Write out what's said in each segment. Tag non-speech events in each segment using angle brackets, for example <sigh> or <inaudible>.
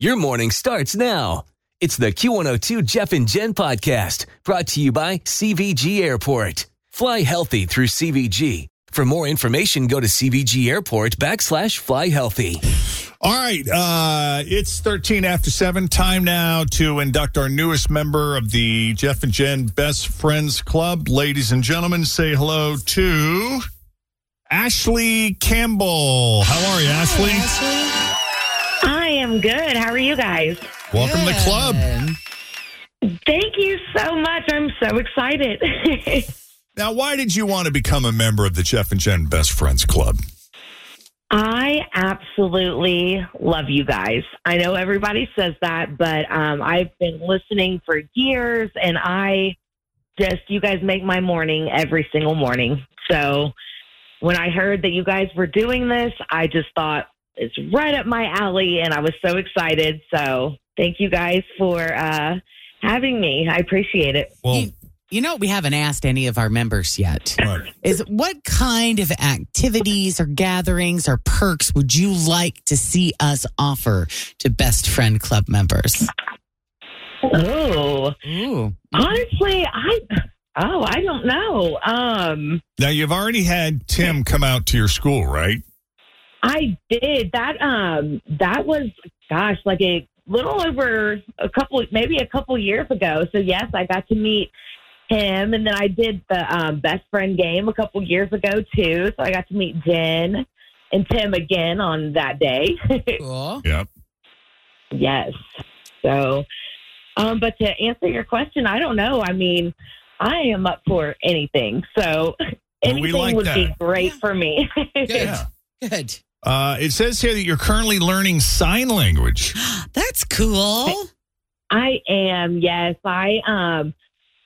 Your morning starts now. It's the Q102 Jeff and Jen podcast brought to you by CVG Airport. Fly healthy through CVG. For more information, go to CVG Airport backslash fly healthy. All right, uh, it's 13 after 7. Time now to induct our newest member of the Jeff and Jen Best Friends Club. Ladies and gentlemen, say hello to Ashley Campbell. How are you, Ashley? I am good. How are you guys? Welcome to the club. Thank you so much. I'm so excited. <laughs> Now, why did you want to become a member of the Jeff and Jen Best Friends Club? I absolutely love you guys. I know everybody says that, but um, I've been listening for years and I just, you guys make my morning every single morning. So when I heard that you guys were doing this, I just thought it's right up my alley and I was so excited. So thank you guys for uh, having me. I appreciate it. Well, You, you know, what we haven't asked any of our members yet all right. is what kind of activities or gatherings or perks would you like to see us offer to best friend club members? Oh. Ooh. Honestly, I oh, I don't know. Um, now you've already had Tim come out to your school, right? I did that. Um, that was gosh, like a little over a couple, maybe a couple years ago. So yes, I got to meet him, and then I did the um, best friend game a couple years ago too. So I got to meet Jen and Tim again on that day. <laughs> Cool. Yep. Yes. So, um, but to answer your question, I don't know. I mean, I am up for anything. <laughs> So anything we like would be that. great Yeah. for me. <laughs> Good. Good. Uh, it says here that you're currently learning sign language. That's cool. I am. Yes, I um,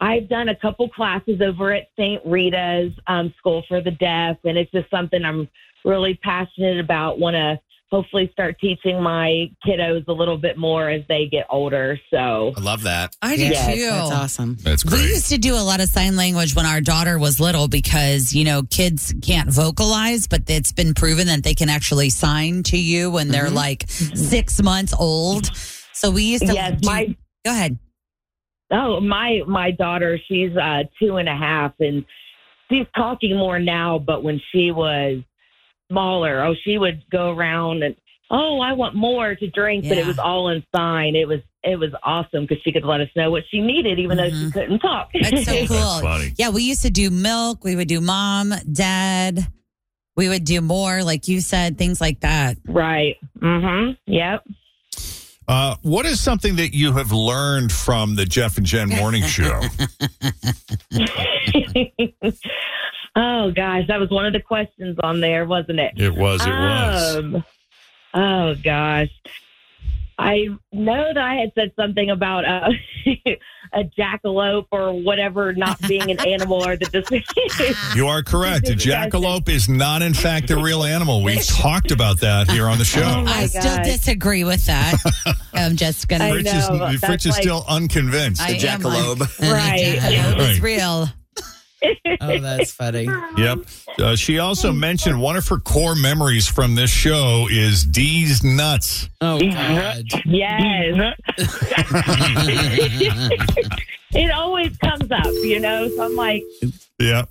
I've done a couple classes over at St. Rita's um, School for the Deaf, and it's just something I'm really passionate about. Want to hopefully start teaching my kiddos a little bit more as they get older. So I love that. I do Yes, too. That's awesome. That's We great. used to do a lot of sign language when our daughter was little because, you know, kids can't vocalize, but it's been proven that they can actually sign to you when they're Mm-hmm. Mhm. like six months old. So we used to. yes, do- my go ahead. Oh, my my daughter, she's uh two and a half and she's talking more now, but when she was smaller, oh she would go around and oh, I want more to drink, but it Yeah. was all in sign. It was it was awesome because she could let us know what she needed even though she couldn't talk. Mm-hmm. That's so That's cool. funny. Yeah, we used to do milk. We would do mom, dad. We would do more, like you said, things like that. <laughs> right. Mhm. Yep. <laughs> Uh, what is something that you have learned from the Jeff and Jen morning show? oh gosh, that was one of the questions on there, wasn't <laughs> it? it was. It was. Um, oh gosh, I know that I had said something about uh, <laughs> a jackalope or whatever not being an animal, or that this. <laughs> You are correct. A jackalope is not, in fact, a real animal. We've talked about that here <laughs> on the show. Oh my I still gosh. disagree with <laughs> that. I'm just going I to. Fritz is, know, that's Fritz is like- still unconvinced. I am Jackalobe. <laughs> Right. It's Right. real. Oh, that's funny. Yep. Uh, she also Mm. mentioned one of her core memories from this show is D's <laughs> nuts. Oh, God. yes, Mm-hmm. <laughs> it always comes up, you know. So I'm like Yep.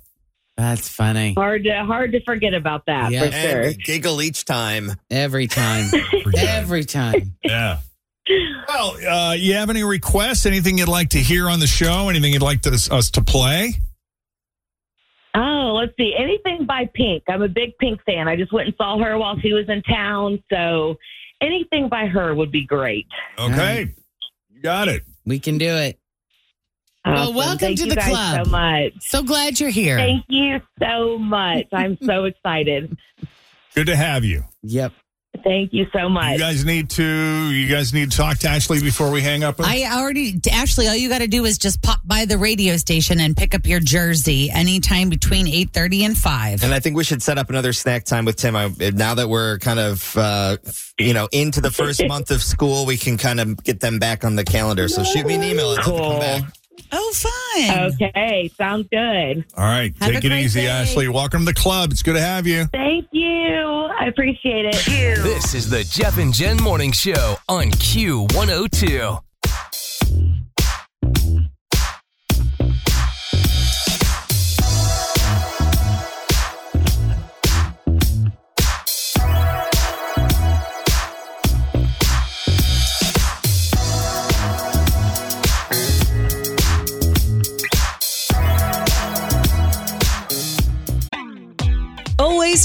That's funny. hard to hard to forget about that Yeah. for And sure. we giggle each time. Every time. Forget it. Every time. Yeah. Well, uh, you have any requests? Anything you'd like to hear on the show? Anything you'd like to, us to play? Oh, let's see. Anything by Pink. I'm a big Pink fan. I just went and saw her while she was in town. So anything by her would be great. Okay. You got it. We can do it. Well, welcome Thank to you the guys club. so much. So glad you're here. Thank you so much. I'm so excited. Good to have you. Yep. Thank you so You much. guys need to you guys need to talk to Ashley before we hang up. I already, Ashley, all you got to do is just pop by the radio station and pick up your jersey anytime between 8.30 and 5. And I think we should set up another snack time with Tim. I, now that we're kind of, uh, you know, into the first month of school, we can kind of get them back on the calendar. So shoot me an email. and I'll come Cool. back. Oh, fun. Okay, sounds good. All right. Have a Take it great easy, day. Ashley. Welcome to the club. It's good to have you. Thank you. I appreciate it. This is the Jeff and Jen Morning Show on Q102. Always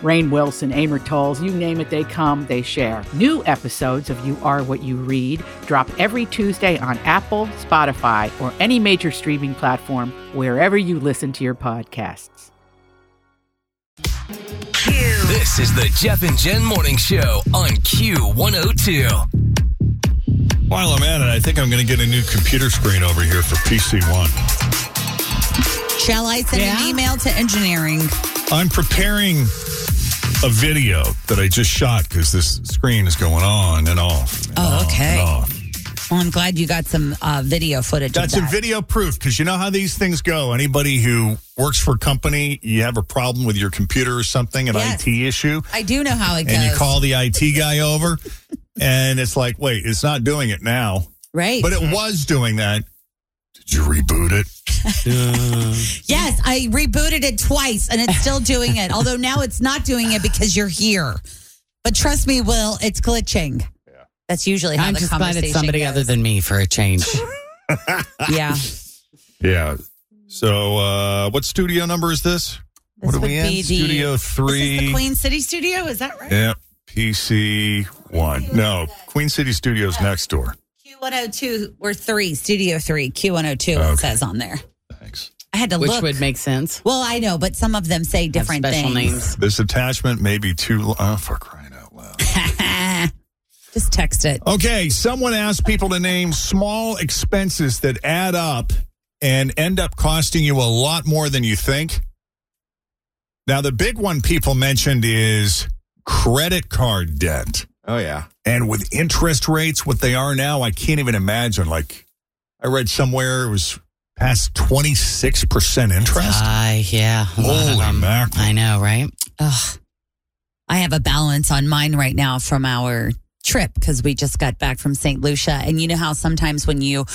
Rain Wilson, Amor Tolls, you name it, they come, they share. New episodes of You Are What You Read drop every Tuesday on Apple, Spotify, or any major streaming platform wherever you listen to your podcasts. This is the Jeff and Jen Morning Show on Q102. While I'm at it, I think I'm going to get a new computer screen over here for PC One. Shall I send an Yeah. email to engineering? I'm preparing a video that I just shot because this screen is going on and off. and Oh, on and okay. off. Well, I'm glad you got some uh, video footage Got of some that. video proof because you know how these things go. Anybody who works for a company, you have a problem with your computer or something, an Yes. IT issue, I do know how it goes. and you call the IT guy over, and it's like, wait, it's not doing it now, right. but it was doing that. Did you reboot it? yes, I rebooted it twice and it's still doing it. Although now it's not doing it because you're here. But trust me, Will, it's glitching. That's usually how I'm the just glad conversation it's somebody goes. other than me for a change. <laughs> yeah. Yeah. So, uh, what studio number is this? what are would we in? be the- studio three. Is this the Queen City Studio? Is that right? Yeah, PC one. No, Queen City Studios next door. Q102 or oh three, Studio three, Q102, it Okay. says on there. Thanks. I had to Which look. would make sense. well, I know, but some of them say Have different special things. names. This attachment may be too. lo- Oh, for crying out loud. <laughs> Just text it. Okay, someone asked people to name small expenses that add up and end up costing you a lot more than you think. Now, the big one people mentioned is credit card debt. Oh, yeah. And with interest rates, what they are now, I can't even imagine. Like, I read somewhere it was past 26% interest. Ah, yeah. a lot of Holy them. mackerel. I know, right? Ugh. I have a balance on mine right now from our trip because we just got back from St. Lucia. And you know how sometimes when you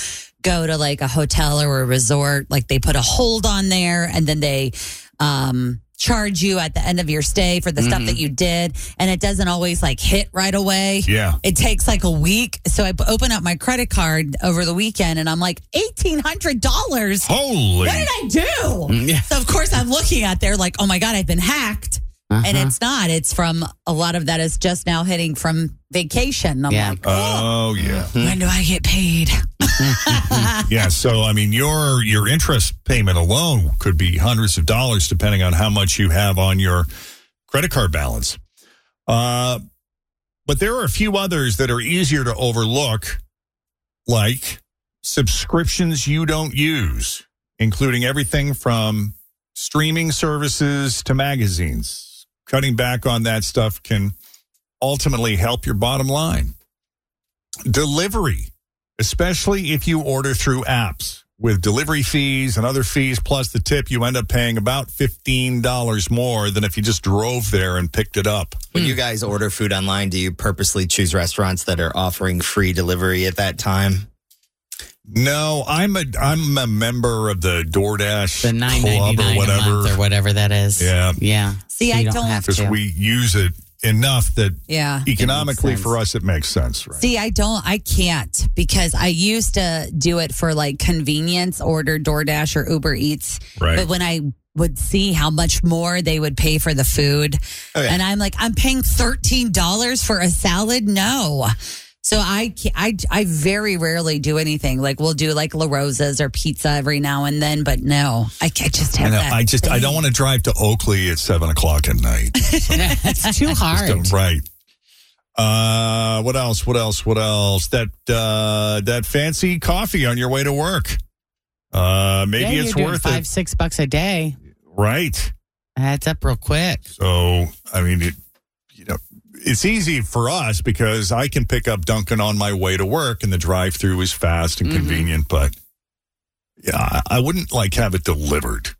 go to like a hotel or a resort, like they put a hold on there and then they, um, charge you at the end of your stay for the stuff that you did and it doesn't always like hit right away Yeah. it takes like a week so i open up my credit card over the weekend and i'm like $1800 Holy. what did I do? Mm, Yeah. So of course I'm looking at there like, oh my God, I've been hacked. Uh-huh. And it's not. It's from a lot of that is just now hitting from vacation. I'm Yeah. Mm. like, oh, Oh, yeah. when do I <laughs> get paid? <laughs> <laughs> Yeah. So, I mean, your your interest payment alone could be hundreds of dollars, depending on how much you have on your credit card balance. Uh, but there are a few others that are easier to overlook, like subscriptions you don't use, including everything from streaming services to magazines. Cutting back on that stuff can ultimately help your bottom line. Delivery especially if you order through apps with delivery fees and other fees plus the tip you end up paying about $15 more than if you just drove there and picked it up When you guys order food online, do you purposely choose restaurants that are offering free delivery at that time? no i'm a i'm a member of the doordash The nine club ninety or nine a whatever month or whatever that is. Yeah. yeah. See, So I you don't, have because to. we use it enough that yeah. economically sense. for us it makes sense right See, I don't, I can't because I used to do it for like convenience, order DoorDash or Uber Eats. Right. But when I would see how much more they would pay for the food, Oh, yeah. and I'm like, I'm paying $13 for a salad? No. So I, ca- I, I very rarely do anything. Like we'll do like La Rosa's or pizza every now and then, but no, I, ca- I just I have know. that. I <laughs> just I don't want to drive to Oakley at seven o'clock at night. <laughs> it's too hard. right. Uh, what else? What else? What else? That uh, that fancy coffee on your way to work. Uh, Yeah, maybe you're it's doing worth five it, six bucks a day. right? That's up real quick. So I mean, it, you know, it's easy for us because I can pick up Duncan on my way to work, and the drive-through is fast and Mhm. convenient. But yeah, I, I wouldn't like have it delivered.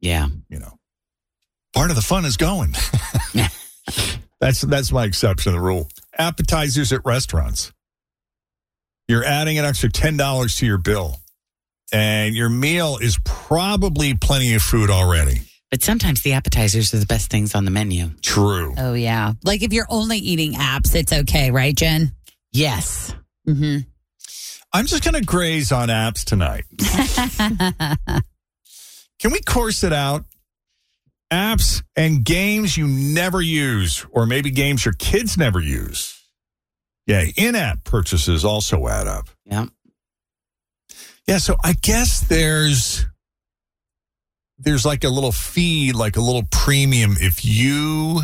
Yeah. you know, part of the fun is going. that's that's my exception to the rule. Appetizers at restaurants. You're adding an extra ten dollars to your bill, and your meal is probably plenty of food already. But sometimes the appetizers are the best things on the menu. True. oh, yeah. Like if you're only eating apps, it's okay, right, Jen? Yes. Mm-hmm. I'm just gonna graze on apps tonight. Can we course it out? Apps and games you never use, or maybe games your kids never use. Yeah, in-app purchases also add up. Yeah. Yeah, so I guess there's there's like a little fee, like a little premium if you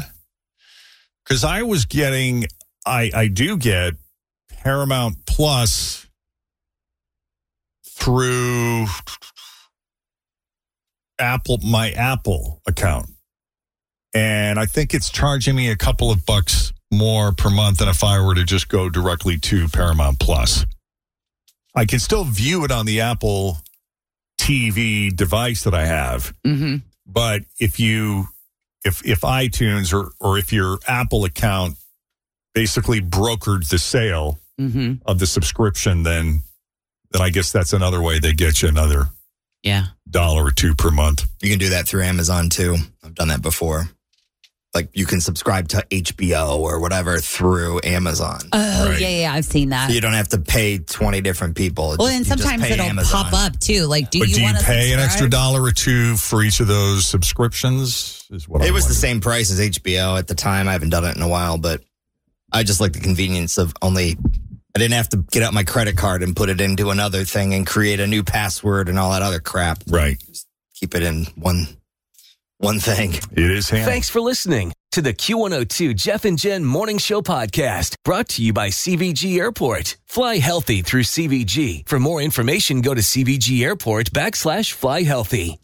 cuz I was getting I I do get Paramount Plus through Apple my Apple account. And I think it's charging me a couple of bucks more per month than if I were to just go directly to Paramount Plus. I can still view it on the Apple TV device that I have, Mm-hmm. but if you if if iTunes or or if your Apple account basically brokered the sale Mm-hmm. of the subscription, then then I guess that's another way they get you another Yeah. dollar or two per month. You can do that through Amazon too. I've done that before. Like you can subscribe to HBO or whatever through Amazon. <laughs> Oh, Right. yeah, yeah. I've seen that. So you don't have to pay 20 different people. Well, Just- and you just sometimes pay it'll Amazon. pop up too. Like, do but you do you want to pay an extra dollar or two for each of those subscriptions? Is what It I'm was the wondering. same price as HBO at the time. I haven't done it in a while, but I just like the convenience of only. I didn't have to get out my credit card and put it into another thing and create a new password and all that other crap. Right. Keep it in one one thing. It is handy. Thanks for listening to the Q102 Jeff and Jen Morning Show podcast brought to you by CVG Airport. Fly healthy through CVG. For more information, go to CVG Airport backslash fly healthy.